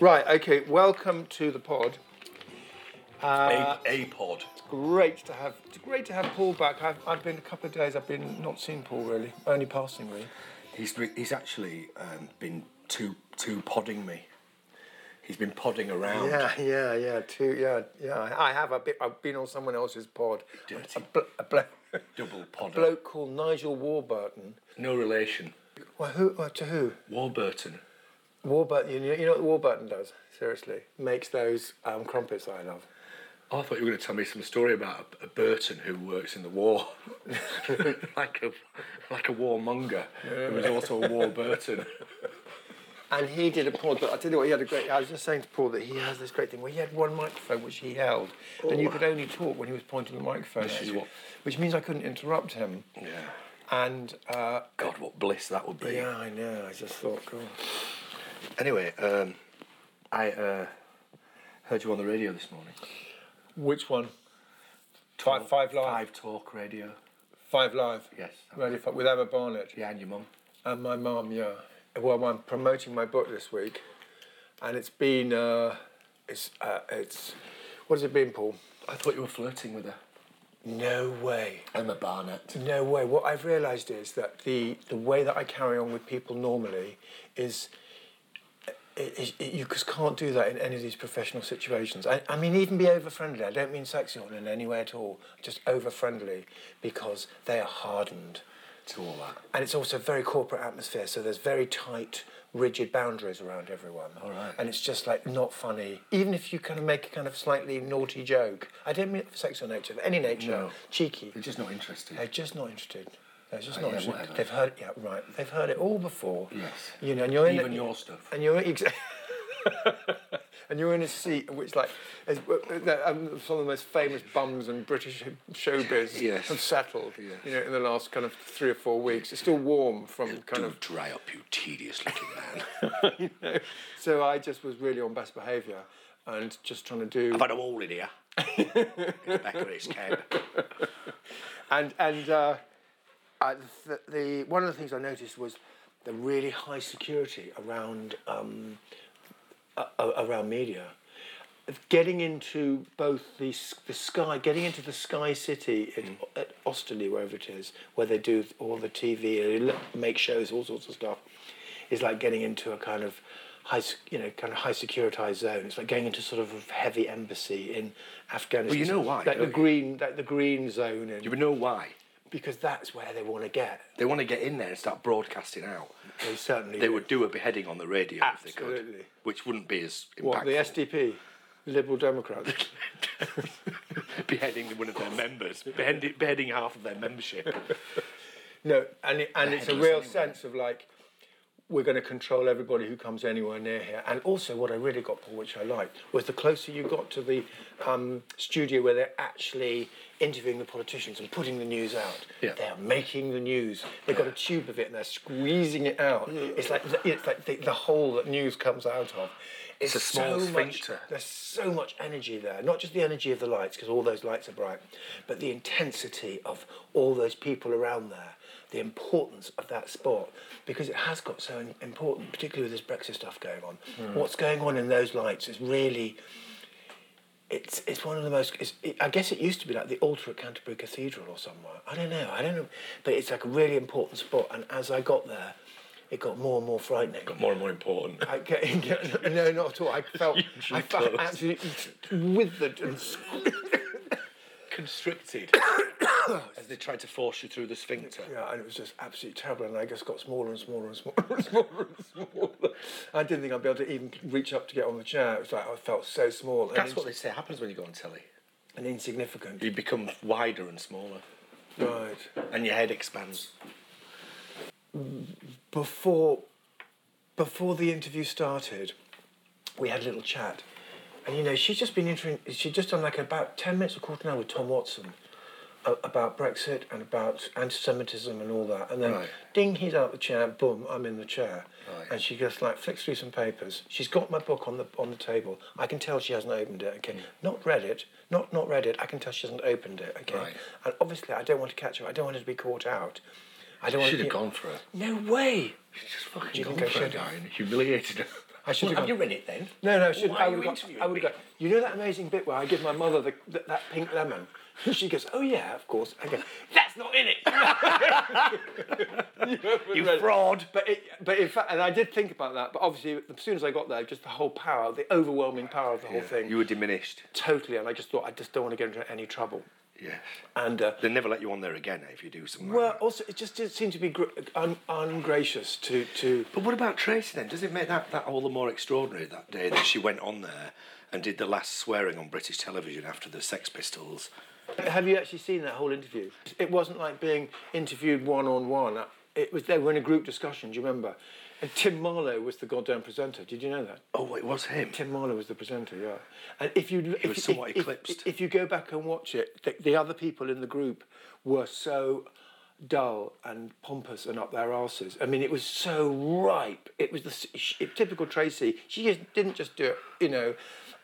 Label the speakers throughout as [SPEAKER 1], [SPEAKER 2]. [SPEAKER 1] Right, okay, welcome to the pod. Uh,
[SPEAKER 2] a, a pod.
[SPEAKER 1] Great to have it's great to have Paul back. I've, I've been a couple of days, I've been not seen Paul really, only passing really.
[SPEAKER 2] He's re- he's actually um, been too too podding me. He's been podding around.
[SPEAKER 1] Yeah, yeah, yeah, too, yeah, yeah. I I have, a bit, I've been on someone else's pod.
[SPEAKER 2] Dirty.
[SPEAKER 1] A, blo- a, blo-
[SPEAKER 2] Double
[SPEAKER 1] a
[SPEAKER 2] podder.
[SPEAKER 1] bloke called Nigel Warburton.
[SPEAKER 2] No relation.
[SPEAKER 1] Well, who, well, to who?
[SPEAKER 2] Warburton.
[SPEAKER 1] Warburton, you know, you know what Warburton does, seriously? Makes those um, crumpets that I love.
[SPEAKER 2] Oh, I thought you were going to tell me some story about a, a Burton who works in the war, like a like a warmonger who was also a Warburton.
[SPEAKER 1] And he did a pod, but I tell you what, he had a great. I was just saying to Paul that he has this great thing where he had one microphone which he held, and you could only talk when he was pointing the microphone.
[SPEAKER 2] This
[SPEAKER 1] at
[SPEAKER 2] is
[SPEAKER 1] you,
[SPEAKER 2] what-
[SPEAKER 1] Which means I couldn't interrupt him.
[SPEAKER 2] Yeah.
[SPEAKER 1] And uh,
[SPEAKER 2] God, what bliss that would be.
[SPEAKER 1] yeah, I know. I just thought, God.
[SPEAKER 2] Anyway, um, I uh, heard you on the radio this morning.
[SPEAKER 1] Which one? Five, five live. Five,
[SPEAKER 2] Five Talk Radio.
[SPEAKER 1] live.
[SPEAKER 2] Yes.
[SPEAKER 1] Radio five, with Emma Barnett
[SPEAKER 2] Yeah, and your mum.
[SPEAKER 1] and my mum. Yeah. Well, I'm promoting my book this week, and it's been uh, it's uh, it's what has it been, Paul?
[SPEAKER 2] I thought you were flirting with her.
[SPEAKER 1] No way.
[SPEAKER 2] Emma Barnett.
[SPEAKER 1] No way. What I've realised is that the, the way that I carry on with people normally is, it, it- it- you just can't do that in any of these professional situations. I, I mean, even be over friendly. I don't mean sexy or in any way at all. Just over friendly because they are hardened.
[SPEAKER 2] To all that.
[SPEAKER 1] And it's also a very corporate atmosphere, so there's very tight, rigid boundaries around everyone.
[SPEAKER 2] All right.
[SPEAKER 1] And it's just like not funny. Even if you kind of make a kind of slightly naughty joke, I don't mean it for sexual nature, but any nature,
[SPEAKER 2] No.
[SPEAKER 1] cheeky.
[SPEAKER 2] They're just not interested.
[SPEAKER 1] They're just not interested. They're just
[SPEAKER 2] Oh,
[SPEAKER 1] not
[SPEAKER 2] yeah,
[SPEAKER 1] interested.
[SPEAKER 2] whatever.
[SPEAKER 1] They've heard, yeah, right. They've heard it all before.
[SPEAKER 2] Yes.
[SPEAKER 1] You know, and you're in
[SPEAKER 2] Even
[SPEAKER 1] a-
[SPEAKER 2] your stuff.
[SPEAKER 1] And you're ex- and you're in a seat which, like, is, um, some of the most famous bums in British showbiz
[SPEAKER 2] Yes.
[SPEAKER 1] have settled.
[SPEAKER 2] Yes.
[SPEAKER 1] You know, in the last kind of three or four weeks, it's still warm from kind of.
[SPEAKER 2] dry up, you tedious looking man.
[SPEAKER 1] You know, so I just was really on best behaviour and just trying to do.
[SPEAKER 2] had them all in here. it's back on its head.
[SPEAKER 1] and and uh, uh, the, the one of the things I noticed was the really high security around um, uh, around media. Getting into both the s- the sky, getting into the Sky City in,
[SPEAKER 2] Hmm.
[SPEAKER 1] at Austerley, wherever it is, where they do all the TV and they l- make shows, all sorts of stuff, is like getting into a kind of high, s- you know, kind of high securitized zone. It's like going into sort of a heavy embassy in Afghanistan.
[SPEAKER 2] you know why,
[SPEAKER 1] Like the
[SPEAKER 2] don't you?
[SPEAKER 1] green, like the green zone, in
[SPEAKER 2] You would know why.
[SPEAKER 1] because that's where they want to get.
[SPEAKER 2] They want to get in there and start broadcasting out.
[SPEAKER 1] They certainly
[SPEAKER 2] They
[SPEAKER 1] do.
[SPEAKER 2] would do a beheading on the radio if they could.
[SPEAKER 1] Absolutely.
[SPEAKER 2] Which wouldn't be as impactful.
[SPEAKER 1] What the SDP, Liberal Democrats?
[SPEAKER 2] beheading one of their members, beheading, beheading half of their membership.
[SPEAKER 1] no, and it, and it's a
[SPEAKER 2] headless
[SPEAKER 1] real
[SPEAKER 2] anyway.
[SPEAKER 1] sense of like we're going to control everybody who comes anywhere near here. And also, what I really got, Paul, which I liked, was the closer you got to the um, studio where they're actually interviewing the politicians and putting the news out,
[SPEAKER 2] Yeah.
[SPEAKER 1] they are making the news. They've got a tube of it and they're squeezing it out. It's like it's like the, the hole that news comes out of. It's,
[SPEAKER 2] a small
[SPEAKER 1] so much-
[SPEAKER 2] sphincter.
[SPEAKER 1] There's so much energy there, not just the energy of the lights, because all those lights are bright, but the intensity of all those people around there, the importance of that spot, because it has got so im- important, particularly with this Brexit stuff going on.
[SPEAKER 2] Hmm.
[SPEAKER 1] What's going on in those lights is really. It's, it's one of the most. It's, it, I guess it used to be like the altar at Canterbury Cathedral or somewhere. I don't know. I don't know. But it's like a really important spot. And as I got there, it got more and more frightening.
[SPEAKER 2] More and more important.
[SPEAKER 1] I get, get- no, not at all. I felt, I felt
[SPEAKER 2] close.
[SPEAKER 1] absolutely withered and squ-
[SPEAKER 2] Constricted as they tried to force you through the sphincter.
[SPEAKER 1] yeah, and it was just absolutely terrible. And I just got smaller and smaller and smaller and smaller and smaller. I didn't think I'd be able to even reach up to get on the chair. It was like I felt so small and,
[SPEAKER 2] That's
[SPEAKER 1] ins-
[SPEAKER 2] what they say happens when you go on telly.
[SPEAKER 1] and insignificant.
[SPEAKER 2] You become wider and smaller,
[SPEAKER 1] Right.
[SPEAKER 2] and your head expands.
[SPEAKER 1] before before the interview started, we had a little chat, and you know she's just been inter- she'd just done like about ten minutes or quarter an hour with Tom Watson a- about Brexit and about anti-Semitism and all that, and then
[SPEAKER 2] Right.
[SPEAKER 1] ding, he's out the chair, boom, I'm in the chair,
[SPEAKER 2] Right.
[SPEAKER 1] and she just like flicks through some papers. She's got my book on the on the table. I can tell she hasn't opened it.
[SPEAKER 2] Hmm.
[SPEAKER 1] Okay, not read it, not not read it. I can tell she hasn't opened it. Okay,
[SPEAKER 2] Right.
[SPEAKER 1] and obviously I don't want to catch her. I don't want her to be caught out. I don't want
[SPEAKER 2] Should
[SPEAKER 1] to
[SPEAKER 2] have
[SPEAKER 1] be-
[SPEAKER 2] gone for it.
[SPEAKER 1] No way.
[SPEAKER 2] She's just fucking
[SPEAKER 1] you
[SPEAKER 2] gone
[SPEAKER 1] think I
[SPEAKER 2] for it,
[SPEAKER 1] should have?
[SPEAKER 2] Diane. Humiliated her.
[SPEAKER 1] I should
[SPEAKER 2] Well,
[SPEAKER 1] have
[SPEAKER 2] have you
[SPEAKER 1] gone.
[SPEAKER 2] read it then?
[SPEAKER 1] No, no, I should.
[SPEAKER 2] Why
[SPEAKER 1] I
[SPEAKER 2] are
[SPEAKER 1] would
[SPEAKER 2] you
[SPEAKER 1] have got. I
[SPEAKER 2] interviewing
[SPEAKER 1] would
[SPEAKER 2] me?
[SPEAKER 1] have got. You know that amazing bit where I give my mother the, th- that pink lemon. She goes, "Oh yeah, of course." I go, "That's not in it."
[SPEAKER 2] You
[SPEAKER 1] read it.
[SPEAKER 2] fraud.
[SPEAKER 1] But it, but in fact, and I did think about that. But obviously, as soon as I got there, just the whole power, the overwhelming power of the whole thing,
[SPEAKER 2] You were diminished.
[SPEAKER 1] totally. And I just thought, I just don't want to get into any trouble.
[SPEAKER 2] Yes.
[SPEAKER 1] And uh,
[SPEAKER 2] They never let you on there again eh, if you do something.
[SPEAKER 1] well,
[SPEAKER 2] like that.
[SPEAKER 1] also, it just did seem to be gr- un- ungracious to to.
[SPEAKER 2] But what about Tracy then? Does it make that, that all the more extraordinary that day that she went on there and did the last swearing on British television after the Sex Pistols?
[SPEAKER 1] Have you actually seen that whole interview? It wasn't like being interviewed one on one. It was they were in a group discussion. Do you remember? And Tim Marlowe was the goddamn presenter. Did you know that?
[SPEAKER 2] Oh, it was him.
[SPEAKER 1] Tim Marlowe was the presenter. Yeah. And if you if,
[SPEAKER 2] was
[SPEAKER 1] you-
[SPEAKER 2] somewhat
[SPEAKER 1] if, if-
[SPEAKER 2] eclipsed.
[SPEAKER 1] If, you go back and watch it, the, the other people in the group were so dull and pompous and up their asses. I mean, it was so ripe. It was the s- sh- typical Tracy. She just didn't just do it, you know,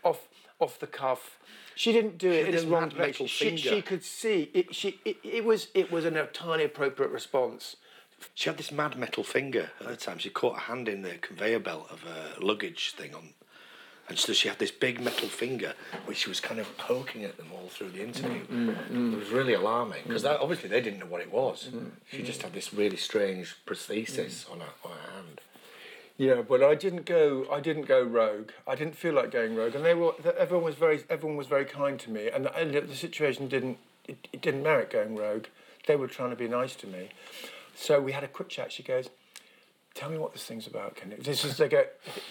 [SPEAKER 1] off off the cuff. She didn't do it in the
[SPEAKER 2] doesn't
[SPEAKER 1] wrong
[SPEAKER 2] have
[SPEAKER 1] place.
[SPEAKER 2] middle
[SPEAKER 1] She, she
[SPEAKER 2] finger.
[SPEAKER 1] could see it. She it, it was it was an entirely appropriate response.
[SPEAKER 2] She had this mad metal finger at the time. She caught a hand in the conveyor belt of a luggage thing on, and so she had this big metal finger which she was kind of poking at them all through the interview. It was really alarming because obviously they didn't know what it was. She just had this really strange prosthesis on, her, on her hand.
[SPEAKER 1] Yeah, but I didn't go. I didn't go rogue. I didn't feel like going rogue, and they were. th- Everyone was very. Everyone was very kind to me, and the, the situation didn't. It, it didn't merit going rogue. They were trying to be nice to me, so we had a quick chat. She goes, "Tell me what this thing's about, can you?" This is they go.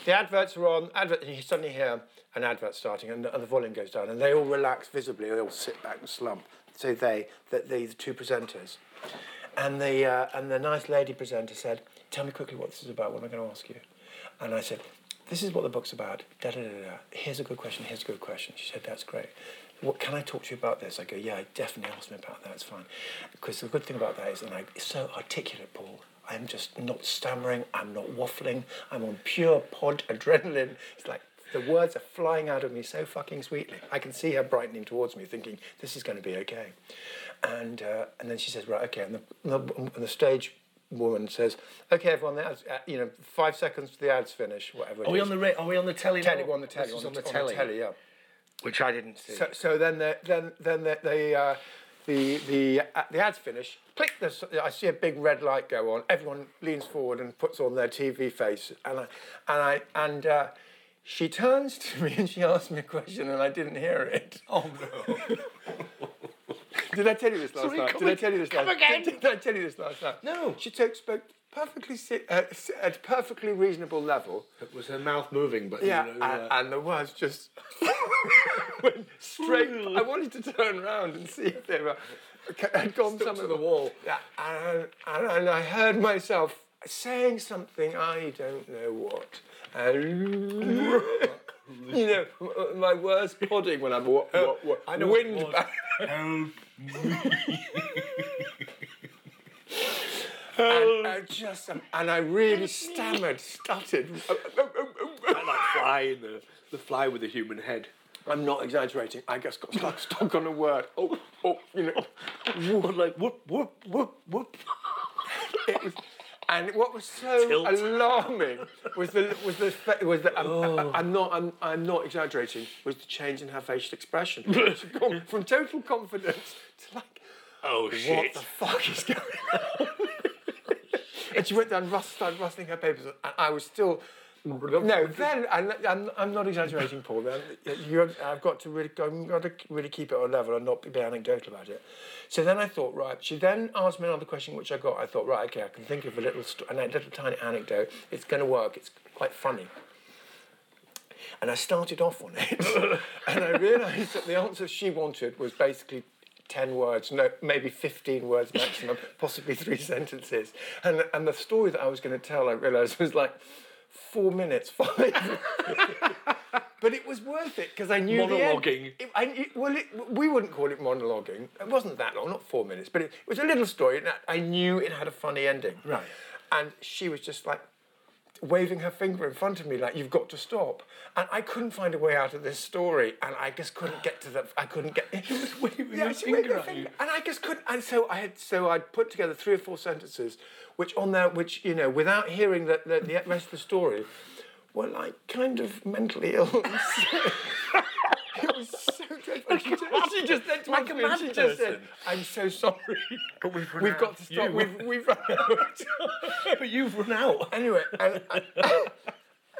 [SPEAKER 1] The adverts are on. Advert. And you suddenly hear an advert starting, and the, and the volume goes down, and they all relax visibly. They all sit back and slump. So they, that they, the two presenters, and the uh, and the nice lady presenter said, "Tell me quickly what this is about. What am I going to ask you?" And I said, "This is what the book's about. Da da da da. Here's a good question. Here's a good question." She said, "That's great. What can I talk to you about this?" I go, "Yeah, definitely ask me about that. It's fine." Because the good thing about that is, and I, it's so articulate, Paul. I'm just not stammering. I'm not waffling. I'm on pure pod adrenaline. It's like. The words are flying out of me so fucking sweetly. I can see her brightening towards me, thinking this is going to be okay. And uh, and then she says, right, okay. And the, and the, and the stage woman says, okay, everyone, the ads, uh, you know, five seconds to the ads finish, whatever. it is."
[SPEAKER 2] ra- Are we on the telly?
[SPEAKER 1] telly?
[SPEAKER 2] now?
[SPEAKER 1] We're on the telly.
[SPEAKER 2] This is
[SPEAKER 1] on, the, on the telly, yeah.
[SPEAKER 2] which I didn't see.
[SPEAKER 1] So, so then the then then the the uh, the the, uh, the ads finish. Click the. s- I see a big red light go on. Everyone leans forward and puts on their TV face, and I and I and. Uh, she turns to me and she asks me a question and I didn't hear it.
[SPEAKER 2] oh no!
[SPEAKER 1] Did I tell you this last
[SPEAKER 2] Sorry,
[SPEAKER 1] night?
[SPEAKER 2] come
[SPEAKER 1] Did I
[SPEAKER 2] ag-
[SPEAKER 1] tell you this
[SPEAKER 2] come
[SPEAKER 1] last
[SPEAKER 2] again?
[SPEAKER 1] Did, did I tell you this last night?
[SPEAKER 2] No.
[SPEAKER 1] She took, spoke perfectly si- uh, s- at a perfectly reasonable level.
[SPEAKER 2] was her mouth moving? But
[SPEAKER 1] Yeah,
[SPEAKER 2] you know,
[SPEAKER 1] and,
[SPEAKER 2] uh,
[SPEAKER 1] and the words just went straight. I wanted to turn around and see if they were had gone
[SPEAKER 2] Stuck to
[SPEAKER 1] somewhere.
[SPEAKER 2] the wall.
[SPEAKER 1] Yeah, and, and, and I heard myself saying something I don't know what. And you know, m- my words podding when I'm what, what, what,
[SPEAKER 2] I know what it
[SPEAKER 1] wind
[SPEAKER 2] was.
[SPEAKER 1] back. and, and just and I really stammered, stuttered. uh,
[SPEAKER 2] that fly, the, the fly with the human head.
[SPEAKER 1] I'm not exaggerating. I just got stuck, stuck on a word. Oh, oh, you know, like whoop, whoop, whoop, whoop. it was, and what was so
[SPEAKER 2] Tilt.
[SPEAKER 1] alarming was the was the fa- was the I'm, I'm not I'm, I'm not exaggerating was the change in her facial expression. She'd gone from total confidence to like
[SPEAKER 2] Oh
[SPEAKER 1] what the fuck is going on? and she went down, rust, started rustling her papers, and I was still. No, then and I'm, I'm not exaggerating, Paul. Then you, I've got to really, I've got to really keep it on level and not be anecdotal about it. So then I thought, right. She then asked me another question, which I got. I thought, right, okay, I can think of a little, st- a little tiny anecdote. It's going to work. It's quite funny. And I started off on it, and I realised that the answer she wanted was basically ten words, no, maybe fifteen words maximum, possibly three sentences. And and the story that I was going to tell, I realised was like four minutes, five. but it was worth it because I knew the end.
[SPEAKER 2] Monologuing.
[SPEAKER 1] It- I knew- well, it, we wouldn't call it monologuing. It wasn't that long, not four minutes, but it, it was a little story, and I- I knew it had a funny ending.
[SPEAKER 2] Right.
[SPEAKER 1] And she was just like waving her finger in front of me like you've got to stop and i couldn't find a way out of this story and i just couldn't get to the i couldn't get
[SPEAKER 2] She was waving her
[SPEAKER 1] she waved
[SPEAKER 2] finger at you.
[SPEAKER 1] and i just couldn't and so i had so i'd put together three or four sentences which on there which you know without hearing the, the, the rest of the story were like kind of mentally ill. it was so dreadful. She just, she just said to
[SPEAKER 3] Like
[SPEAKER 1] us,
[SPEAKER 3] a mad
[SPEAKER 1] she just said,
[SPEAKER 3] person.
[SPEAKER 1] "I'm so sorry,
[SPEAKER 3] But we've run
[SPEAKER 1] we've
[SPEAKER 3] out
[SPEAKER 1] got
[SPEAKER 3] of
[SPEAKER 1] to stop.
[SPEAKER 3] you."
[SPEAKER 1] We've we've run out."
[SPEAKER 2] But you've run out.
[SPEAKER 1] anyway, and,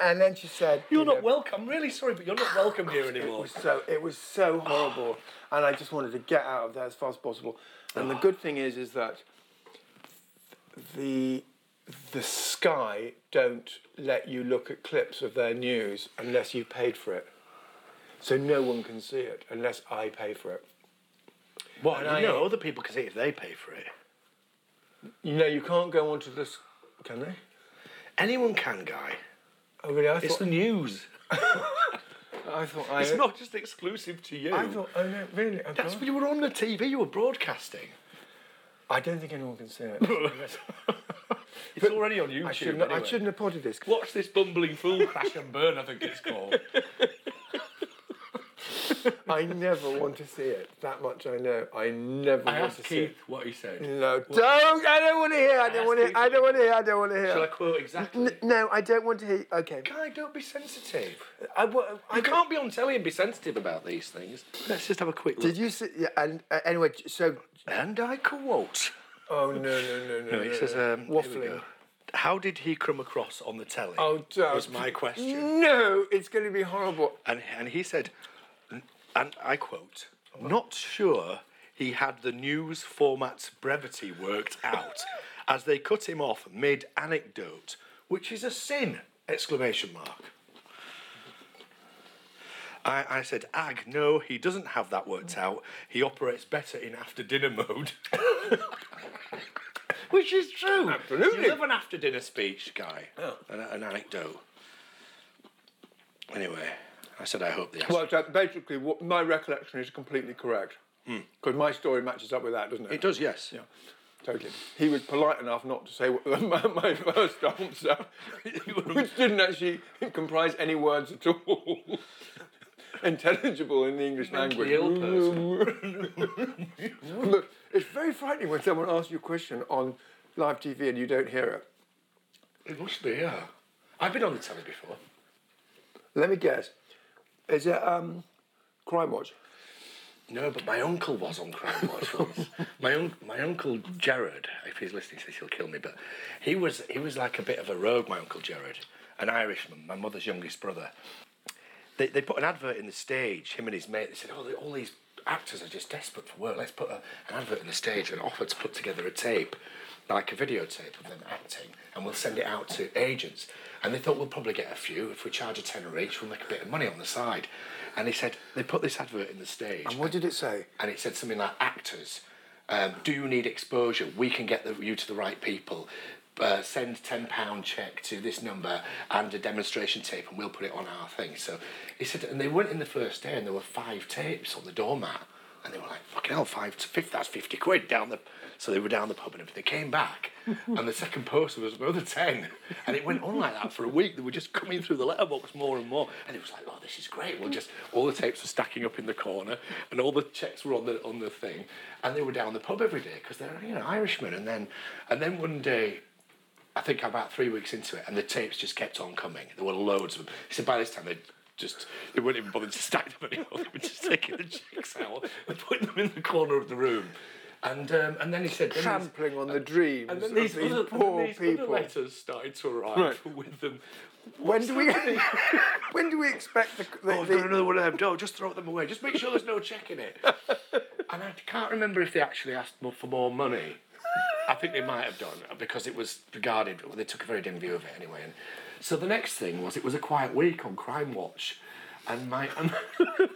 [SPEAKER 1] and then she said,
[SPEAKER 2] You're
[SPEAKER 1] you know,
[SPEAKER 2] not welcome. I'm really sorry, but you're not welcome here anymore.
[SPEAKER 1] was so it was so horrible, and I just wanted to get out of there as fast as possible. And the good thing is, is that the the Sky don't let you look at clips of their news unless you paid for it. So no one can see it unless I pay for it.
[SPEAKER 2] What?
[SPEAKER 1] And I-
[SPEAKER 2] you know, other people can see it if they pay for it.
[SPEAKER 1] You know, you can't go onto this, can they?
[SPEAKER 2] Anyone can, guy.
[SPEAKER 1] Oh really? I
[SPEAKER 2] It's
[SPEAKER 1] thought
[SPEAKER 2] the news.
[SPEAKER 1] I thought I.
[SPEAKER 2] It's not just exclusive to you.
[SPEAKER 1] I thought oh no really. I,
[SPEAKER 2] That's
[SPEAKER 1] can't.
[SPEAKER 2] when you were on the TV. You were broadcasting.
[SPEAKER 1] I don't think anyone can see it.
[SPEAKER 2] it's already on YouTube.
[SPEAKER 1] I shouldn't. I
[SPEAKER 2] anyway.
[SPEAKER 1] shouldn't have potted this.
[SPEAKER 2] Watch this bumbling fool.
[SPEAKER 3] Crash and burn, I think it's called.
[SPEAKER 1] I never want to see it. That much I know. I never
[SPEAKER 3] I
[SPEAKER 1] want
[SPEAKER 3] asked
[SPEAKER 1] to see it.
[SPEAKER 3] Keith what he said.
[SPEAKER 1] No, don't! I don't want to hear. I don't want to. I don't want to hear. I don't want to
[SPEAKER 2] Shall I
[SPEAKER 1] hear.
[SPEAKER 2] quote exactly?
[SPEAKER 1] N- no, I don't want to hear. Okay.
[SPEAKER 2] Guy, don't be sensitive.
[SPEAKER 1] I, wa- I
[SPEAKER 2] You can't be on telly and be sensitive about these things. Let's just have a quick look.
[SPEAKER 1] Did you see? Yeah, and uh, anyway, so.
[SPEAKER 2] And I quote.
[SPEAKER 1] Oh no no no no.
[SPEAKER 2] No, it says um, here we
[SPEAKER 1] waffling.
[SPEAKER 2] go. How did he come across on the telly?
[SPEAKER 1] Oh, don't.
[SPEAKER 2] was my question.
[SPEAKER 1] No, it's going to be horrible.
[SPEAKER 2] And and he said, and I quote, not sure he had the news format's brevity worked out, as they cut him off mid anecdote, which is a sin! Exclamation mark. I, I said, Ag, no, he doesn't have that
[SPEAKER 1] Mm.
[SPEAKER 2] worked out. He operates better in after dinner mode. Which is true.
[SPEAKER 1] Absolutely.
[SPEAKER 2] You love an after dinner speech, guy. Oh. An, an anecdote. Anyway, I said, I hope the
[SPEAKER 1] Well, so basically, what, my recollection is completely correct
[SPEAKER 2] Hmm.
[SPEAKER 1] because my story matches up with that, doesn't it?
[SPEAKER 2] It does, yes.
[SPEAKER 1] Totally. He was polite enough not to say what my, my first answer, which didn't actually comprise any words at all. Intelligible in the English language.
[SPEAKER 2] Mentally ill
[SPEAKER 1] but it's very frightening when someone asks you a question on live TV and you don't hear it.
[SPEAKER 2] It must be, yeah. I've been on the telly before.
[SPEAKER 1] Let me guess. Is it um, Crime Watch?
[SPEAKER 2] No, but my uncle was on Crime Watch once. my, un- my uncle Gerard, if he's listening to this, he'll kill me, but he was, he was like a bit of a rogue, my uncle Gerard, an Irishman, my mother's youngest brother. They, they put an advert in the stage, him and his mate. They said, oh, they- all these actors are just desperate for work. Let's put a, an advert in the stage and offer to put together a tape, like a videotape of them acting, and we'll send it out to agents. And they thought, we'll probably get a few. If we charge a tenner each, we'll make a bit of money on the side. And he said, they put this advert in the stage
[SPEAKER 1] And what did it say?
[SPEAKER 2] and it said something like actors um, do you need exposure we can get the, you to the right people uh, send £10 cheque to this number and a demonstration tape and we'll put it on our thing so he said and they went in the first day and there were five tapes on the doormat and they were like fucking hell five to fifth that's 50 quid down the so they were down the pub and everything. They came back, and the second poster was another 10. And it went on like that for a week. They were just coming through the letterbox more and more. And it was like, oh, this is great. Well, just all the tapes were stacking up in the corner, and all the checks were on the on the thing. And they were down the pub every day because they're you know Irishmen. And then and then one day I think about three weeks into it, and the tapes just kept on coming. There were loads of them. He said by this time they just they weren't even bothered to stack them anymore. They were just taking the chicks out and putting them in the corner of the room. And um, and then he said then these-
[SPEAKER 1] Trampling on the dreams
[SPEAKER 2] and then
[SPEAKER 1] of
[SPEAKER 2] these,
[SPEAKER 1] these,
[SPEAKER 2] other,
[SPEAKER 1] poor
[SPEAKER 2] and then these other
[SPEAKER 1] people.
[SPEAKER 2] letters started to arrive
[SPEAKER 1] Right.
[SPEAKER 2] with them.
[SPEAKER 1] When do we? when do we expect the? the,
[SPEAKER 2] Oh, I've
[SPEAKER 1] the
[SPEAKER 2] got another one of them. No, just throw them away. Just make sure there's no check in it. and I can't remember if they actually asked mo- for more money. I think they might have done because it was regarded. Well, they took a very dim view of it anyway. And so the next thing was it was a quiet week on Crime Watch, and my and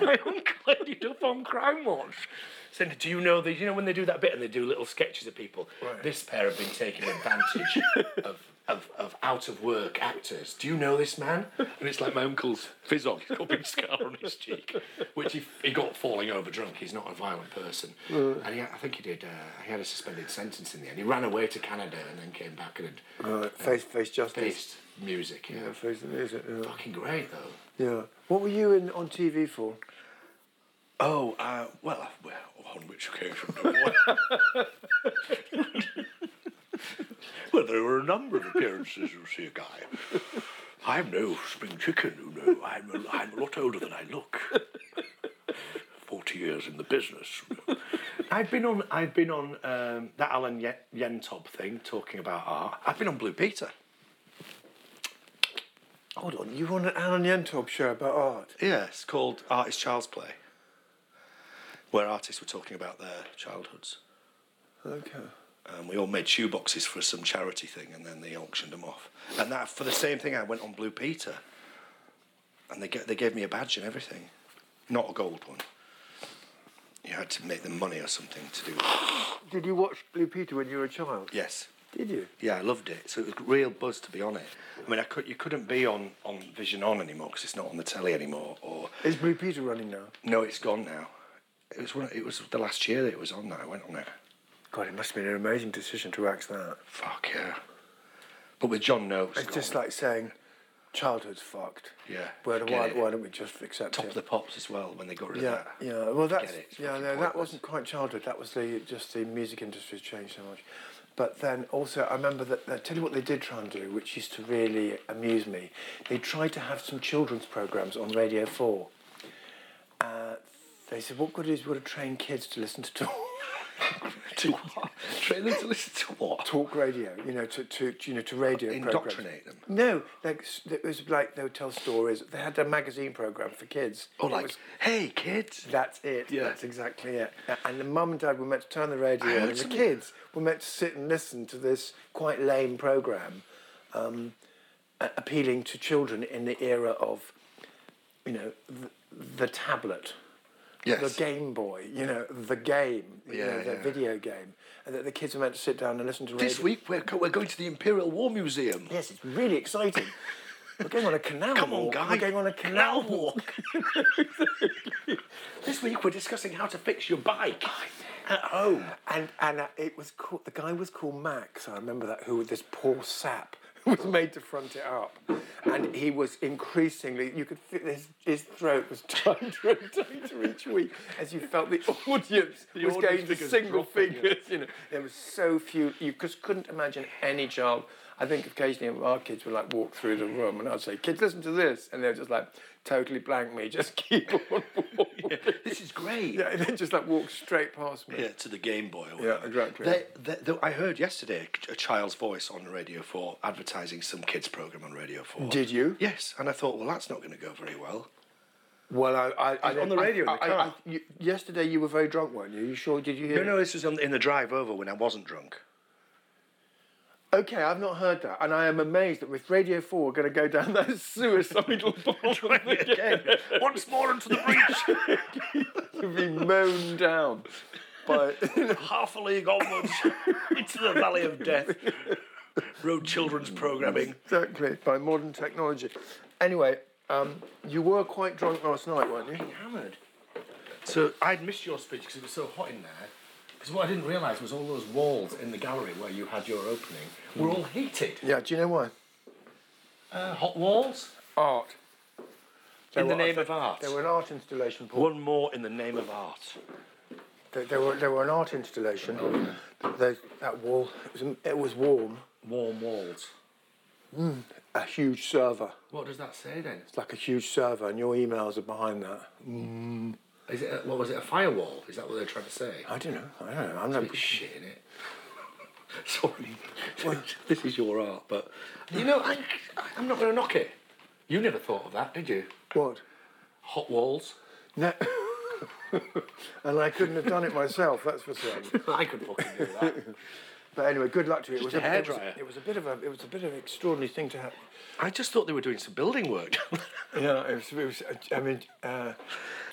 [SPEAKER 2] my uncle ended up on Crime Watch. Saying, do you know these? You know when they do that bit and they do little sketches of people.
[SPEAKER 1] Right.
[SPEAKER 2] This pair have been taking advantage of, of, of out of work actors. Do you know this man? And it's like my uncle's fizzog. He's got a big scar on his cheek, which he, he got falling over drunk. He's not a violent person. And he, I think he did, uh, he had a suspended sentence in the end. He ran away to Canada and then came back and had
[SPEAKER 1] Right, face face justice.
[SPEAKER 2] faced music. Yeah.
[SPEAKER 1] Yeah, face the music. Yeah.
[SPEAKER 2] Fucking great though.
[SPEAKER 1] Yeah. What were you in on TV for?
[SPEAKER 2] Oh, uh, well, well, on which occasion? well, well, there were a number of appearances, you see, Guy. I'm no spring chicken, you know. I'm a, I'm a lot older than I look. Forty years in the business. I've been on. I've been on um, that Alan Ye- Yentob thing talking about art. I've been on Blue Peter.
[SPEAKER 1] Hold on, you want an Alan Yentob show about art?
[SPEAKER 2] Yeah, it's called Artist Child's Play, where artists were talking about their childhoods.
[SPEAKER 1] Okay.
[SPEAKER 2] and Um, we all made shoeboxes for some charity thing, and then they auctioned them off. And that for the same thing, I went on Blue Peter, and they get, they gave me a badge and everything, not a gold one. You had to make them money or something to do. That.
[SPEAKER 1] Did you watch Blue Peter when you were a child?
[SPEAKER 2] Yes,
[SPEAKER 1] Did you?
[SPEAKER 2] yeah, I loved it. So it was real buzz to be on it. I mean, I could you couldn't be on on Vision On anymore because it's not on the telly anymore. Or
[SPEAKER 1] Is Blue Peter running now?
[SPEAKER 2] no, it's gone now. It was one, it was the last year that it was on that I went on there.
[SPEAKER 1] God, it must have been an amazing decision to axe that.
[SPEAKER 2] Fuck yeah. But with John No,
[SPEAKER 1] It's just like saying, childhood's fucked.
[SPEAKER 2] Yeah,
[SPEAKER 1] Why,
[SPEAKER 2] forget
[SPEAKER 1] why,
[SPEAKER 2] it.
[SPEAKER 1] why don't we just accept
[SPEAKER 2] Top
[SPEAKER 1] it?
[SPEAKER 2] of the Pops as well when they got rid
[SPEAKER 1] yeah,
[SPEAKER 2] of that.
[SPEAKER 1] yeah. Well, that's
[SPEAKER 2] it, it's
[SPEAKER 1] yeah.
[SPEAKER 2] fucking
[SPEAKER 1] No, that
[SPEAKER 2] pointless.
[SPEAKER 1] wasn't quite childhood. That was the just the music industry's changed so much. But then also, I remember that. I tell you what they did try and do, which used to really amuse me. They tried to have some children's programs on Radio Four. Uh, they said, "What good it is would have trained kids to listen to talk,
[SPEAKER 2] to what? Train them to listen to what?
[SPEAKER 1] talk radio? You know, to, to you know to radio programs."
[SPEAKER 2] Indoctrinate them.
[SPEAKER 1] No, like s- it was like they would tell stories. They had a magazine program for kids.
[SPEAKER 2] Or
[SPEAKER 1] It
[SPEAKER 2] Oh, like,
[SPEAKER 1] was-
[SPEAKER 2] hey kids,
[SPEAKER 1] That's it.
[SPEAKER 2] Yeah.
[SPEAKER 1] That's exactly it. A- And the mum and dad were meant to turn the radio
[SPEAKER 2] heard
[SPEAKER 1] on, and the
[SPEAKER 2] something-
[SPEAKER 1] kids were meant to sit and listen to this quite lame program, um, a- appealing to children in the era of, you know, the, the tablet, the
[SPEAKER 2] yes,
[SPEAKER 1] Game Boy, you know, the game, you know,
[SPEAKER 2] Yeah,
[SPEAKER 1] the
[SPEAKER 2] yeah.
[SPEAKER 1] video game, and that the kids were meant to sit down and listen to radio.
[SPEAKER 2] this week we're, go- we're going to the Imperial War Museum.
[SPEAKER 1] Yes, it's really exciting. We're going on a canal
[SPEAKER 2] Come on,
[SPEAKER 1] walk.
[SPEAKER 2] guy.
[SPEAKER 1] We're going on a canal, walk.
[SPEAKER 2] this week we're discussing how to fix your bike at home.
[SPEAKER 1] And and uh, it was called, the guy was called Max. I remember that. Who was this poor sap who was made to front it up, and he was increasingly you could feel his his throat was tighter and tighter each week as you felt the audience was
[SPEAKER 3] audience
[SPEAKER 1] going to
[SPEAKER 3] figures
[SPEAKER 1] single
[SPEAKER 3] dropping, yeah.
[SPEAKER 1] figures. You know, there was so few. You just couldn't imagine any child. I think occasionally our kids would like walk through the room, and I'd say, "Kids, listen to this," and they're just like totally blank me. Just keep on walking. Yeah.
[SPEAKER 2] This is great.
[SPEAKER 1] and they just like walk straight past me.
[SPEAKER 2] Yeah, to the Game Boy. Or
[SPEAKER 1] Yeah,
[SPEAKER 2] whatever.
[SPEAKER 1] exactly.
[SPEAKER 2] They, they, though I heard yesterday a child's voice on Radio 4 advertising some kids' programme on Radio 4.
[SPEAKER 1] Did you?
[SPEAKER 2] Yes, and I thought, well, that's not going to go very well.
[SPEAKER 1] Well, I, I, I
[SPEAKER 2] on the radio in the car.
[SPEAKER 1] you, yesterday you were very drunk, weren't you? You sure? Did you hear?
[SPEAKER 2] No, no, this was on, in the drive over when I wasn't drunk.
[SPEAKER 1] no. Okay, I've not heard that, and I am amazed that with Radio Four we're going to go down that suicidal bottle again
[SPEAKER 2] Once more into the breach,
[SPEAKER 1] to be mown down. But
[SPEAKER 2] half a league onwards, into the valley of death. Road children's programming.
[SPEAKER 1] exactly by modern technology. Anyway, um, you were quite drunk last night, weren't you?
[SPEAKER 2] Hammered. So I'd missed your speech because it was so hot in there. Because what I didn't realise was all those walls in the gallery where you had your opening were all heated.
[SPEAKER 1] Yeah. Do you know why?
[SPEAKER 2] Uh, hot walls?
[SPEAKER 1] Art.
[SPEAKER 2] in
[SPEAKER 1] were-
[SPEAKER 2] the
[SPEAKER 1] I
[SPEAKER 2] name
[SPEAKER 1] think
[SPEAKER 2] of art.
[SPEAKER 1] There were an art installation. Paul.
[SPEAKER 2] One more in the name of art.
[SPEAKER 1] There, there were there were an art installation. They, that wall. It was, it was warm.
[SPEAKER 2] Warm walls.
[SPEAKER 1] A huge server.
[SPEAKER 2] What does that say then?
[SPEAKER 1] It's like a huge server, and your emails are behind that.
[SPEAKER 2] Is it a, what was it? A firewall? Is that what they're trying to say?
[SPEAKER 1] I don't know. I don't know. I'm not.
[SPEAKER 2] shit in it. Sorry, this is your art, but you know, I, I'm not going to knock it. You never thought of that, did you?
[SPEAKER 1] What?
[SPEAKER 2] Hot walls.
[SPEAKER 1] No. and I couldn't have done it myself. That's for certain.
[SPEAKER 2] I could fucking do that.
[SPEAKER 1] But anyway, good luck to you. It was
[SPEAKER 2] a
[SPEAKER 1] it was-
[SPEAKER 2] hairdryer.
[SPEAKER 1] It was a bit of a. It was a bit of an extraordinary thing to happen.
[SPEAKER 2] I just thought they were doing some building work.
[SPEAKER 1] Yeah. It was. It was I mean, uh,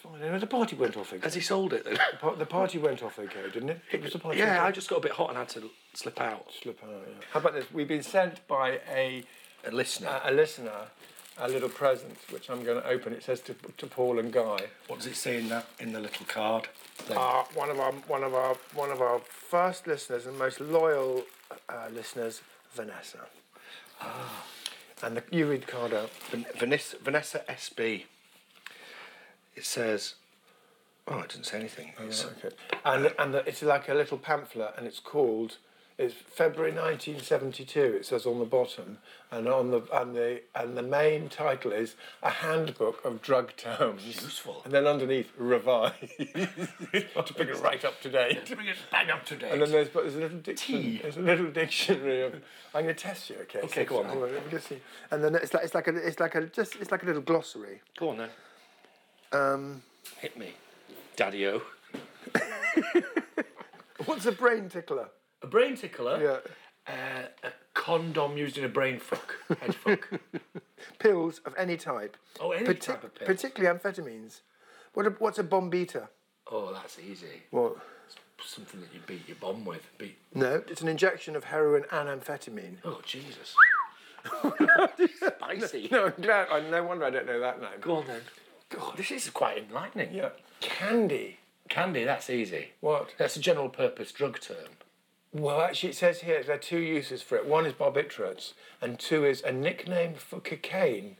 [SPEAKER 1] oh, no, the party went off okay.
[SPEAKER 2] Has he sold it then?
[SPEAKER 1] The par- The party went off okay, didn't it? It was a party.
[SPEAKER 2] Yeah, I
[SPEAKER 1] went off.
[SPEAKER 2] just got a bit hot and had to slip out.
[SPEAKER 1] Slip out, yeah. How about this? We've been sent by a
[SPEAKER 2] A listener.
[SPEAKER 1] a listener a little present, which I'm going to open. It says to, to Paul and Guy.
[SPEAKER 2] what does it say in that in the little card? thing?
[SPEAKER 1] uh, one of our one of our one of our first listeners and most loyal uh, listeners, Vanessa.
[SPEAKER 2] Ah.
[SPEAKER 1] And the, you read the card out.
[SPEAKER 2] Van- Vanessa, Vanessa SB. It says. Oh, it didn't say anything. It's-
[SPEAKER 1] Okay. And and the, it's like a little pamphlet, and it's called It's February 1972. It says on the bottom, and on the and the and the main title is a handbook of drug towns.
[SPEAKER 2] Useful.
[SPEAKER 1] And then underneath, revised to bring it right up to date.
[SPEAKER 3] Bring it bang up to date.
[SPEAKER 1] And then there's, but there's a little dictionary. There's a little dictionary of. I'm going to test you, okay?
[SPEAKER 2] Okay, go on then.
[SPEAKER 1] hold let me just see. And then it's like it's like a it's like a just it's like a little glossary.
[SPEAKER 2] Go on then.
[SPEAKER 1] Um,
[SPEAKER 2] Hit me. Daddy O.
[SPEAKER 1] what's a brain tickler?
[SPEAKER 3] a brain tickler.
[SPEAKER 1] Yeah,
[SPEAKER 3] Uh, a condom used in a brain fuck. Head fuck.
[SPEAKER 1] pills of any type.
[SPEAKER 3] Oh, any
[SPEAKER 1] Partic-
[SPEAKER 3] type of pill.
[SPEAKER 1] Particularly amphetamines. What a, what's a bombita?
[SPEAKER 3] oh, that's easy.
[SPEAKER 1] What?
[SPEAKER 3] Something that you beat your bomb with. Beat.
[SPEAKER 1] No, it's an injection of heroin and amphetamine.
[SPEAKER 3] Oh Jesus. Spicy.
[SPEAKER 1] No, I'm glad. I, no wonder I don't know that now.
[SPEAKER 3] Go on then. God, this is quite enlightening.
[SPEAKER 1] Yeah, candy.
[SPEAKER 3] Candy, that's easy.
[SPEAKER 1] What?
[SPEAKER 3] That's a general purpose drug term.
[SPEAKER 1] Well, actually, it says here there are two uses for it. One is barbiturates, and two is a nickname for cocaine.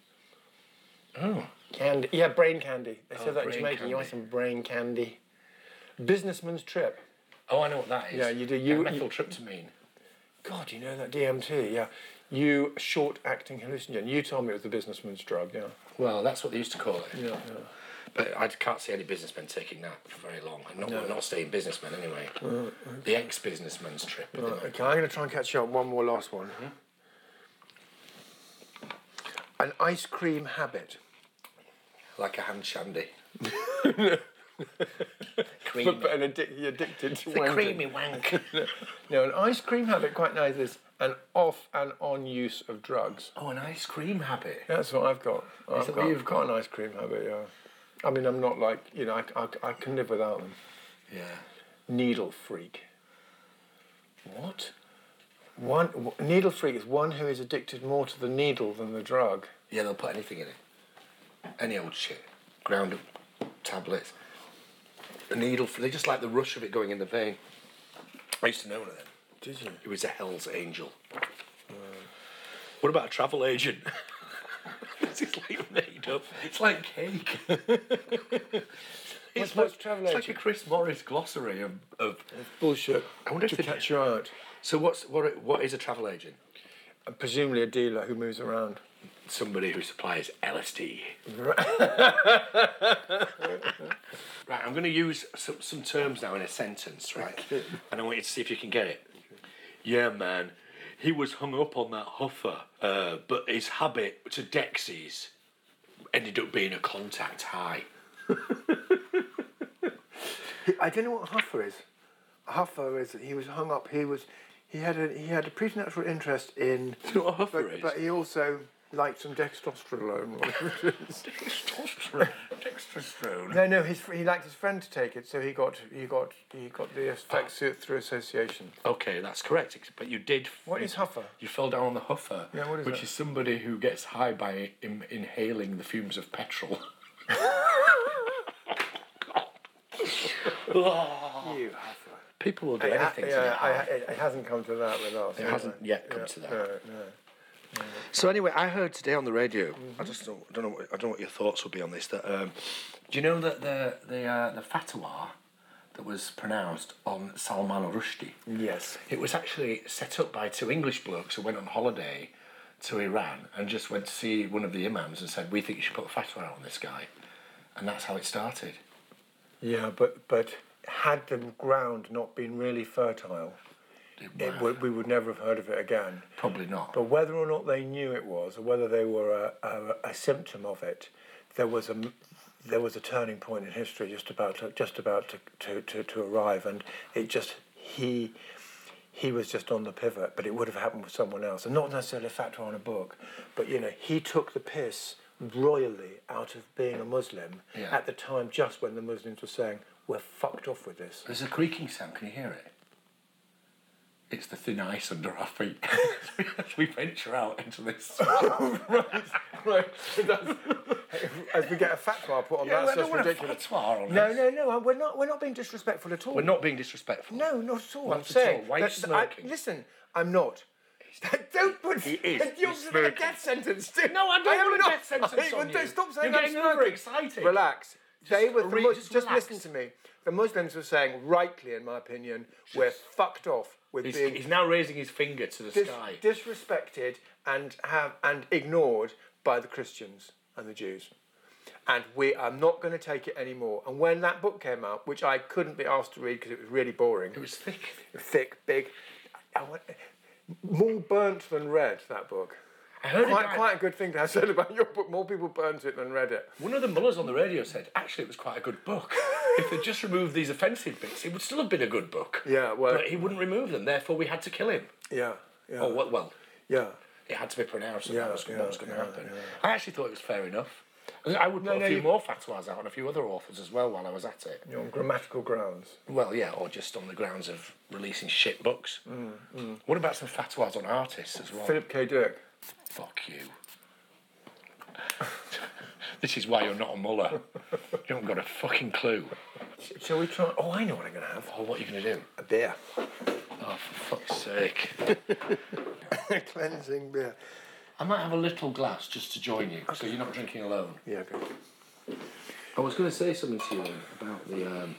[SPEAKER 3] Oh.
[SPEAKER 1] Candy. Yeah, Oh, brain candy. They said that in
[SPEAKER 3] brain
[SPEAKER 1] Jamaica. You want
[SPEAKER 3] candy.
[SPEAKER 1] some brain candy? Businessman's trip.
[SPEAKER 3] Oh, I know what that is.
[SPEAKER 1] Yeah, you do- you- you-
[SPEAKER 3] Methyltryptamine.
[SPEAKER 1] God, you know that DMT? Yeah. You short acting hallucinogen. You told me it was the businessman's drug. Yeah.
[SPEAKER 3] Well, that's what they used to call it.
[SPEAKER 1] Yeah.
[SPEAKER 2] But I can't see any businessmen taking that for very long. And not, we're not staying businessmen anyway.
[SPEAKER 1] Uh,
[SPEAKER 2] The ex businessman's trip. at the moment.
[SPEAKER 1] Okay, I'm going to try and catch you up. One more last one. An ice cream habit.
[SPEAKER 2] Like a hand shandy.
[SPEAKER 1] But,
[SPEAKER 2] Creamy.
[SPEAKER 1] but an addic- you're addicted to
[SPEAKER 2] The
[SPEAKER 1] wanking.
[SPEAKER 2] creamy wank.
[SPEAKER 1] No, an ice cream habit, quite nice, is an off and on use of drugs.
[SPEAKER 3] Oh, an ice cream habit.
[SPEAKER 1] That's what I've got. I've
[SPEAKER 3] that
[SPEAKER 1] got,
[SPEAKER 3] what you've
[SPEAKER 1] got an ice cream habit, yeah. I mean, I'm not like, you know, I, I, I can live without them.
[SPEAKER 3] Yeah.
[SPEAKER 1] Needle freak.
[SPEAKER 3] What?
[SPEAKER 1] One w- Needle freak is one who is addicted more to the needle than the drug.
[SPEAKER 2] Yeah, they'll put anything in it. Any old shit. Ground up tablets. The needle, they just like the rush of it going in the vein. I used to know one of them.
[SPEAKER 1] Did you?
[SPEAKER 2] He was a Hell's Angel. What about a travel agent? it's like made up. It's like cake.
[SPEAKER 1] What's-
[SPEAKER 2] it's
[SPEAKER 1] what's travel
[SPEAKER 2] it's
[SPEAKER 1] agent?
[SPEAKER 2] like a Chris Morris glossary of. of
[SPEAKER 1] Bullshit.
[SPEAKER 2] I wonder if
[SPEAKER 1] to
[SPEAKER 2] they-
[SPEAKER 1] catch you out.
[SPEAKER 2] so what's what? What is a travel agent?
[SPEAKER 1] And presumably a dealer who moves around.
[SPEAKER 2] Somebody who supplies LSD. Right, I'm going to use some, some terms now in a sentence, right? and I want you to see if you can get it. Yeah, man. He was hung up on that huffer, uh, but his habit to Dexys ended up being a contact high.
[SPEAKER 1] I don't know what Huffer is. Huffer is he was hung up. He was he had a he had a preternatural interest in.
[SPEAKER 2] Do you know what a huffer
[SPEAKER 1] But,
[SPEAKER 2] is?
[SPEAKER 1] but he also liked some dextrosterone. whatever it is.
[SPEAKER 3] Testosterone. Testosterone.
[SPEAKER 1] no, no, his, fr- he liked his friend to take it, so he got he got he got the effects through- through association.
[SPEAKER 2] Okay, that's correct. ex- But you did.
[SPEAKER 1] What
[SPEAKER 2] you,
[SPEAKER 1] is huffer?
[SPEAKER 2] You fell down on the huffer,
[SPEAKER 1] Yeah, what is
[SPEAKER 2] which
[SPEAKER 1] that?
[SPEAKER 2] is somebody who gets high by Im- inhaling the fumes of petrol.
[SPEAKER 1] You Huffer.
[SPEAKER 2] People will do
[SPEAKER 1] It, ha-
[SPEAKER 2] anything to
[SPEAKER 1] yeah,
[SPEAKER 2] get
[SPEAKER 1] I,
[SPEAKER 2] high.
[SPEAKER 1] it, it hasn't come to that with us.
[SPEAKER 2] It hasn't yet come to that.
[SPEAKER 1] No, no.
[SPEAKER 2] So anyway, I heard today on the radio. I just don't, don't know. What, I don't know what your thoughts would be on this. That um, do you know that the the uh, the fatwa that was pronounced on Salman Rushdie?
[SPEAKER 1] Yes.
[SPEAKER 2] It was actually set up by two English blokes who went on holiday to Iran and just went to see one of the imams and said, "We think you should put a fatwa out on this guy," and that's how it started.
[SPEAKER 1] Yeah, but but had the ground not been really fertile, it would, we would never have heard of it again.
[SPEAKER 2] Probably not.
[SPEAKER 1] But whether or not they knew it was, or whether they were a, a, a symptom of it, there was a m- there was a turning point in history just about to, just about to, to, to, to arrive, and it just he he was just on the pivot, but it would have happened with someone else, and not necessarily a factor on a book, but you know he took the piss royally out of being a Muslim
[SPEAKER 2] Yeah.
[SPEAKER 1] at the time, just when the Muslims were saying we're fucked off with this.
[SPEAKER 2] There's a creaking sound. Can you hear it? It's the thin ice under our feet as we venture out into this.
[SPEAKER 1] Right, that's- as we get a fatwa put on that,
[SPEAKER 2] Yeah, well,
[SPEAKER 1] so
[SPEAKER 2] I don't
[SPEAKER 1] it's
[SPEAKER 2] want a
[SPEAKER 1] ridiculous.
[SPEAKER 2] fatwa on
[SPEAKER 1] No,
[SPEAKER 2] this.
[SPEAKER 1] no, no. I- We're not. We're not being disrespectful at all.
[SPEAKER 2] We're not being disrespectful.
[SPEAKER 1] No, not at all.
[SPEAKER 2] Not
[SPEAKER 1] I'm
[SPEAKER 2] at
[SPEAKER 1] saying.
[SPEAKER 2] all. Why are you
[SPEAKER 1] that- that I-
[SPEAKER 2] smirking?
[SPEAKER 1] listen, I'm not. Don't put.
[SPEAKER 2] He is.
[SPEAKER 1] You're
[SPEAKER 2] He's
[SPEAKER 1] giving a
[SPEAKER 2] smirking.
[SPEAKER 1] death sentence. Too.
[SPEAKER 2] No, I don't
[SPEAKER 1] am
[SPEAKER 2] want a
[SPEAKER 1] not-
[SPEAKER 2] death sentence
[SPEAKER 1] I-
[SPEAKER 2] on
[SPEAKER 1] don't-
[SPEAKER 2] you.
[SPEAKER 1] Stop saying
[SPEAKER 2] You're
[SPEAKER 1] I'm
[SPEAKER 2] getting overexcited.
[SPEAKER 1] smirking. Relax. They were the
[SPEAKER 2] re-
[SPEAKER 1] Mus-
[SPEAKER 2] just
[SPEAKER 1] just
[SPEAKER 2] relax.
[SPEAKER 1] listen to me. The Muslims were saying rightly, in my opinion, we're fucked off. with
[SPEAKER 2] He's,
[SPEAKER 1] being
[SPEAKER 2] he's now raising his finger to the
[SPEAKER 1] dis-
[SPEAKER 2] sky.
[SPEAKER 1] disrespected and have and ignored by the Christians and the Jews. And we are not going to take it anymore. And when that book came out, which I couldn't be asked to read because it was really boring,
[SPEAKER 2] It was thick.
[SPEAKER 1] thick, big, I want, more burnt than read. That book.
[SPEAKER 2] I heard a
[SPEAKER 1] Quite,
[SPEAKER 2] guy-
[SPEAKER 1] quite a good thing to have said about your book. More people burnt it than read it.
[SPEAKER 2] One of the mullers on the radio said, actually, it was quite a good book. if they just removed these offensive bits, it would still have been a good book.
[SPEAKER 1] Yeah, well-
[SPEAKER 2] But he wouldn't remove them, therefore we had to kill him.
[SPEAKER 1] Yeah, yeah,
[SPEAKER 2] Oh, well, well
[SPEAKER 1] yeah.
[SPEAKER 2] it had to be pronounced that
[SPEAKER 1] Yeah,
[SPEAKER 2] that was
[SPEAKER 1] yeah,
[SPEAKER 2] what was going to
[SPEAKER 1] yeah,
[SPEAKER 2] happen. I actually thought it was fair enough. I- I would put
[SPEAKER 1] no,
[SPEAKER 2] a few
[SPEAKER 1] you-
[SPEAKER 2] more fatwas out on a few other authors as well while I was at it.
[SPEAKER 1] You're on grammatical grounds.
[SPEAKER 2] Well, yeah, or just on the grounds of releasing shit books.
[SPEAKER 1] Mm,
[SPEAKER 2] What about some fatwas on artists as well?
[SPEAKER 1] Philip K. Dick.
[SPEAKER 2] Fuck you. this is why you're not a muller. you haven't got a fucking clue.
[SPEAKER 1] Sh- Shall we try? Oh, I know what I'm going to have.
[SPEAKER 2] Oh, what are you going to do?
[SPEAKER 1] A beer.
[SPEAKER 2] Oh, for fuck's sake.
[SPEAKER 1] A cleansing beer.
[SPEAKER 2] I might have a little glass just to join you, so you're not drinking alone.
[SPEAKER 1] Yeah, okay.
[SPEAKER 2] I was going to say something to you about the um,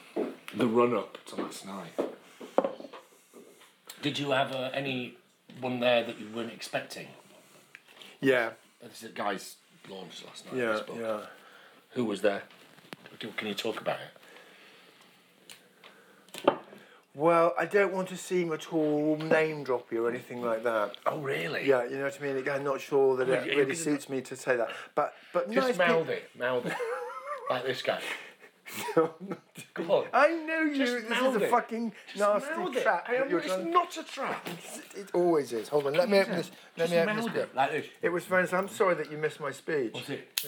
[SPEAKER 2] the run up to last night. Did you have uh, any one there that you weren't expecting?
[SPEAKER 1] Yeah,
[SPEAKER 2] This is a guy's launch last night.
[SPEAKER 1] yeah,
[SPEAKER 2] this book.
[SPEAKER 1] yeah.
[SPEAKER 2] Who was there? Do- Can you talk about it?
[SPEAKER 1] Well, I don't want to seem at all name droppy or anything like that.
[SPEAKER 2] Oh, really?
[SPEAKER 1] Yeah, you know what I mean. I'm not sure that
[SPEAKER 2] Well,
[SPEAKER 1] it
[SPEAKER 2] you-
[SPEAKER 1] really
[SPEAKER 2] you-
[SPEAKER 1] suits me to say that, but but
[SPEAKER 2] Just
[SPEAKER 1] nice.
[SPEAKER 2] mouth
[SPEAKER 1] people-
[SPEAKER 2] it, mouth it, like this guy. Come on.
[SPEAKER 1] I know you.
[SPEAKER 2] Just
[SPEAKER 1] this
[SPEAKER 2] mouth
[SPEAKER 1] is a
[SPEAKER 2] it.
[SPEAKER 1] fucking
[SPEAKER 2] Just mouth
[SPEAKER 1] Ah, nasty
[SPEAKER 2] it.
[SPEAKER 1] trap.
[SPEAKER 2] I
[SPEAKER 1] that
[SPEAKER 2] am,
[SPEAKER 1] you're
[SPEAKER 2] it's
[SPEAKER 1] trying-
[SPEAKER 2] not a trap.
[SPEAKER 1] It always is. Hold on. Let me open this. Let
[SPEAKER 2] Just
[SPEAKER 1] me open this.
[SPEAKER 2] mouth
[SPEAKER 1] bit.
[SPEAKER 2] it, like this.
[SPEAKER 1] It was very. I'm sorry that you missed my speech.
[SPEAKER 2] Was it?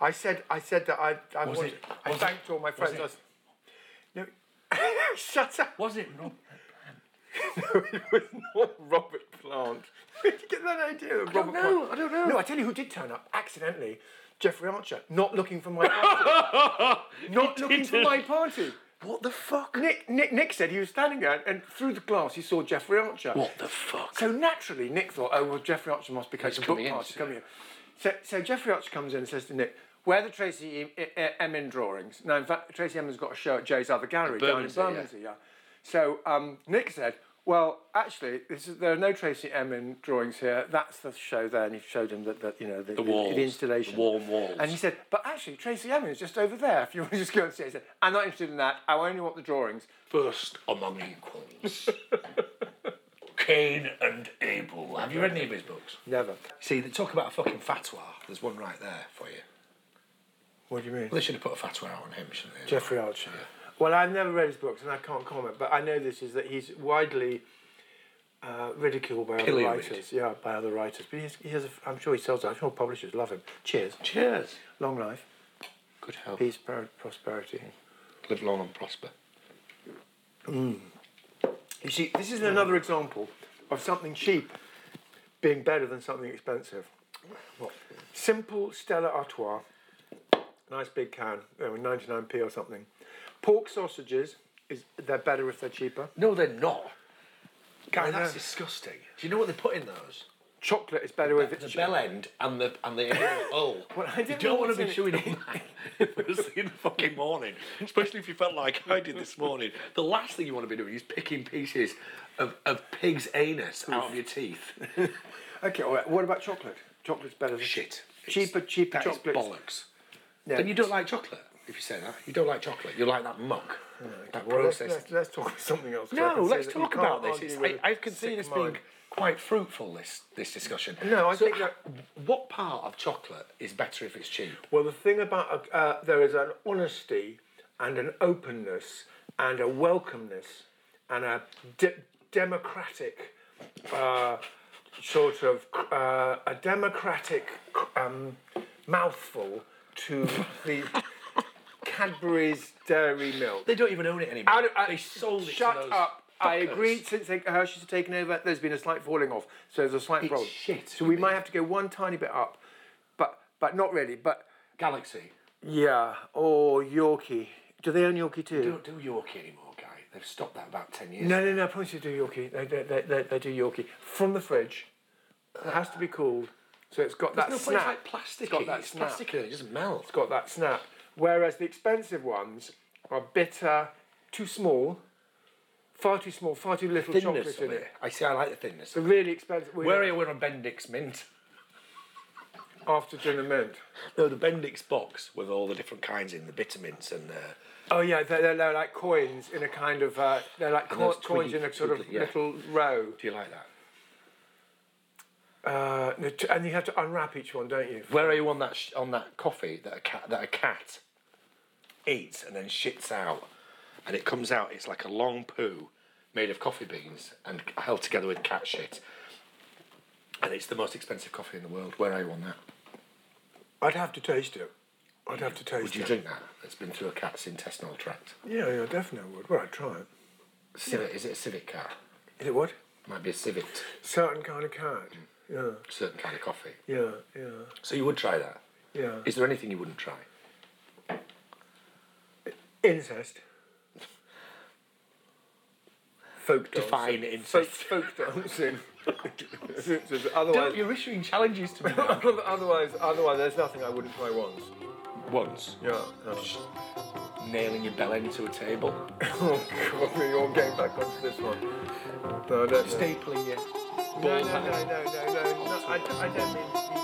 [SPEAKER 1] I said. I said that I. I
[SPEAKER 2] Was
[SPEAKER 1] wanted-
[SPEAKER 2] it?
[SPEAKER 1] I
[SPEAKER 2] Was it?
[SPEAKER 1] thanked all my
[SPEAKER 2] Was
[SPEAKER 1] friends.
[SPEAKER 2] it?
[SPEAKER 1] I was, no. Shut up.
[SPEAKER 2] Was it Rob?
[SPEAKER 1] No, it was not Robert Plant. Where did you get that idea? Of Robert
[SPEAKER 2] know,
[SPEAKER 1] Plant?
[SPEAKER 2] I don't know.
[SPEAKER 1] No, I tell you who did turn up accidentally. Jeffrey Archer, not looking for my party. not looking for my party.
[SPEAKER 4] What the fuck?
[SPEAKER 1] Nick, Nick, Nick said he was standing there, and through the glass he saw Jeffrey Archer.
[SPEAKER 4] What the fuck?
[SPEAKER 1] So naturally, Nick thought, "Oh well, Jeffrey Archer must be coaching book
[SPEAKER 2] coming in,
[SPEAKER 1] party
[SPEAKER 2] so-
[SPEAKER 1] coming in." So, so Jeffrey Archer comes in and says to Nick, "Where are the Tracy e- E- Emin drawings?" Now, in fact, Tracy Emin's got a show at Jay's other gallery down in
[SPEAKER 2] Bermondsey, yeah.
[SPEAKER 1] Bermondsey. Yeah. So um, Nick said, "Well, actually, this is, there are no Tracy Emin drawings here. That's the show there." And he showed him that, that you know the, the,
[SPEAKER 2] walls,
[SPEAKER 1] the installation,
[SPEAKER 2] the warm walls.
[SPEAKER 1] And he said, "But actually, Tracy Emin is just over there. If you want to just go and see." it." He said, "I'm not interested in that. I only want the drawings."
[SPEAKER 2] First among equals. Cain and Abel. Have you read any of his books?
[SPEAKER 1] Never.
[SPEAKER 2] See, they talk about a fucking fatwa. There's one right there for you.
[SPEAKER 1] What do you mean?
[SPEAKER 2] Well, they should have put a fatwa out on him, shouldn't they?
[SPEAKER 1] Jeffrey Archer. Well, I've never read his books and I can't comment, but I know this is that he's widely uh, ridiculed by other
[SPEAKER 2] Pilloried.
[SPEAKER 1] writers. Yeah, by other writers. But he's, he has a, I'm sure he sells out. I'm sure publishers love him. Cheers.
[SPEAKER 2] Cheers.
[SPEAKER 1] Long life,
[SPEAKER 2] Good health.
[SPEAKER 1] peace, pro- prosperity.
[SPEAKER 2] Live long and prosper.
[SPEAKER 1] You see, this is
[SPEAKER 2] Mm.
[SPEAKER 1] another example of something cheap being better than something expensive. Simple Stella Artois, nice big can, they were 99p or something. Pork sausages, is they're better if they're cheaper.
[SPEAKER 2] No, they're not. Guy,
[SPEAKER 1] I
[SPEAKER 2] that's
[SPEAKER 1] know.
[SPEAKER 2] disgusting. Do you know what they put in those?
[SPEAKER 1] Chocolate is better with
[SPEAKER 2] The
[SPEAKER 1] it's
[SPEAKER 2] bell end and the and the end of the hole.
[SPEAKER 1] Well, I
[SPEAKER 2] you
[SPEAKER 1] didn't know
[SPEAKER 2] don't want
[SPEAKER 1] what's
[SPEAKER 2] to
[SPEAKER 1] in
[SPEAKER 2] be
[SPEAKER 1] it.
[SPEAKER 2] chewing on that first thing in the fucking morning, especially if you felt like I did this morning. The last thing you want to be doing is picking pieces of, of pig's anus out of your teeth.
[SPEAKER 1] Okay, all right. What about chocolate? Chocolate's better than
[SPEAKER 2] Shit.
[SPEAKER 1] Cheaper,
[SPEAKER 2] It's-
[SPEAKER 1] cheaper
[SPEAKER 2] that is
[SPEAKER 1] chocolate.
[SPEAKER 2] bollocks.
[SPEAKER 1] Yeah.
[SPEAKER 2] Then you don't like chocolate. If you say that, you don't like chocolate. You like that muck. that
[SPEAKER 1] Well, let's,
[SPEAKER 2] process.
[SPEAKER 1] Oh, let's, let's talk about something else. 'cause I
[SPEAKER 2] No,
[SPEAKER 1] can see
[SPEAKER 2] let's
[SPEAKER 1] that you
[SPEAKER 2] talk
[SPEAKER 1] can't
[SPEAKER 2] about this.
[SPEAKER 1] argue
[SPEAKER 2] It's,
[SPEAKER 1] with
[SPEAKER 2] I,
[SPEAKER 1] a
[SPEAKER 2] I can see
[SPEAKER 1] sick
[SPEAKER 2] this
[SPEAKER 1] mind.
[SPEAKER 2] being quite fruitful. This this discussion.
[SPEAKER 1] No, I
[SPEAKER 2] So
[SPEAKER 1] think that-
[SPEAKER 2] h- what part of chocolate is better if it's cheap?
[SPEAKER 1] Well, the thing about uh, uh, there is an honesty and an openness and a welcomeness and a de- democratic uh, sort of uh, a democratic um, mouthful to the Cadbury's dairy milk.
[SPEAKER 2] They don't even own it anymore.
[SPEAKER 1] Out of, uh,
[SPEAKER 2] they sold it.
[SPEAKER 1] Shut
[SPEAKER 2] to those
[SPEAKER 1] up. I
[SPEAKER 2] fuckers.
[SPEAKER 1] agreed since they- Hershey's have taken over, there's been a slight falling off. So there's a slight problem.
[SPEAKER 2] shit,
[SPEAKER 1] So we might have to go one tiny bit up, but but not really. But
[SPEAKER 2] Galaxy.
[SPEAKER 1] yeah, or Yorkie. Do they own Yorkie too?
[SPEAKER 2] They don't do Yorkie anymore, guy. They've stopped that about ten years.
[SPEAKER 1] No, no, no. I promise you they do Yorkie. They, they, they, they, they do Yorkie from the fridge. It has to be cooled, so it's got that
[SPEAKER 2] no, but
[SPEAKER 1] snap.
[SPEAKER 2] it's like plastic.
[SPEAKER 1] It's got that
[SPEAKER 2] it's
[SPEAKER 1] snap.
[SPEAKER 2] plastic and it doesn't melt.
[SPEAKER 1] It's got that snap. Whereas the expensive ones are bitter, too small, far too small, far too little
[SPEAKER 2] thinness
[SPEAKER 1] chocolate
[SPEAKER 2] of
[SPEAKER 1] in
[SPEAKER 2] it.
[SPEAKER 1] it.
[SPEAKER 2] I see. I like the thinness.
[SPEAKER 1] The really expensive. we-
[SPEAKER 2] Where are you on Bendix mint?
[SPEAKER 1] after dinner mint?
[SPEAKER 5] No, the Bendix box with all the different kinds in the vitamins and uh,
[SPEAKER 1] Oh yeah, they're, they're, they're like coins in a kind of. Uh, they're like co-
[SPEAKER 5] those
[SPEAKER 1] coins
[SPEAKER 5] twiggy-
[SPEAKER 1] in a sort of
[SPEAKER 5] twiggly, yeah.
[SPEAKER 1] little row.
[SPEAKER 2] Do you like that?
[SPEAKER 1] Uh, the t- and you have to unwrap each one, don't you?
[SPEAKER 2] Where are you on that sh- on that coffee that a cat that a cat eats and then shits out, and it comes out. It's like a long poo made of coffee beans and held together with cat shit, and it's the most expensive coffee in the world. Where are you on that?
[SPEAKER 1] I'd have to taste it. I'd have to taste
[SPEAKER 2] Would you
[SPEAKER 1] it.
[SPEAKER 2] drink that? It's been through a cat's intestinal tract.
[SPEAKER 1] Yeah, yeah, definitely I would. Well, I'd try it.
[SPEAKER 2] Civet, Is it a civet cat?
[SPEAKER 1] Is it what?
[SPEAKER 2] Might be a civet,
[SPEAKER 1] Certain kind of cat. Yeah,
[SPEAKER 2] certain kind of coffee.
[SPEAKER 1] yeah, yeah,
[SPEAKER 2] So you would try that.
[SPEAKER 1] yeah.
[SPEAKER 2] Is there anything you wouldn't try?
[SPEAKER 1] incest. Folk dancing.
[SPEAKER 2] Define
[SPEAKER 1] Folk,
[SPEAKER 2] incest.
[SPEAKER 1] folk dancing. otherwise,
[SPEAKER 2] You're issuing challenges to me.
[SPEAKER 1] otherwise, otherwise, there's nothing I wouldn't try once.
[SPEAKER 2] Once,
[SPEAKER 1] Yeah.
[SPEAKER 2] nailing your bell end to a table,
[SPEAKER 1] Oh God, we're all getting back onto this one. No, I don't. know.
[SPEAKER 2] stapling your
[SPEAKER 1] No, no, no, no, no, no. no I, I don't mean.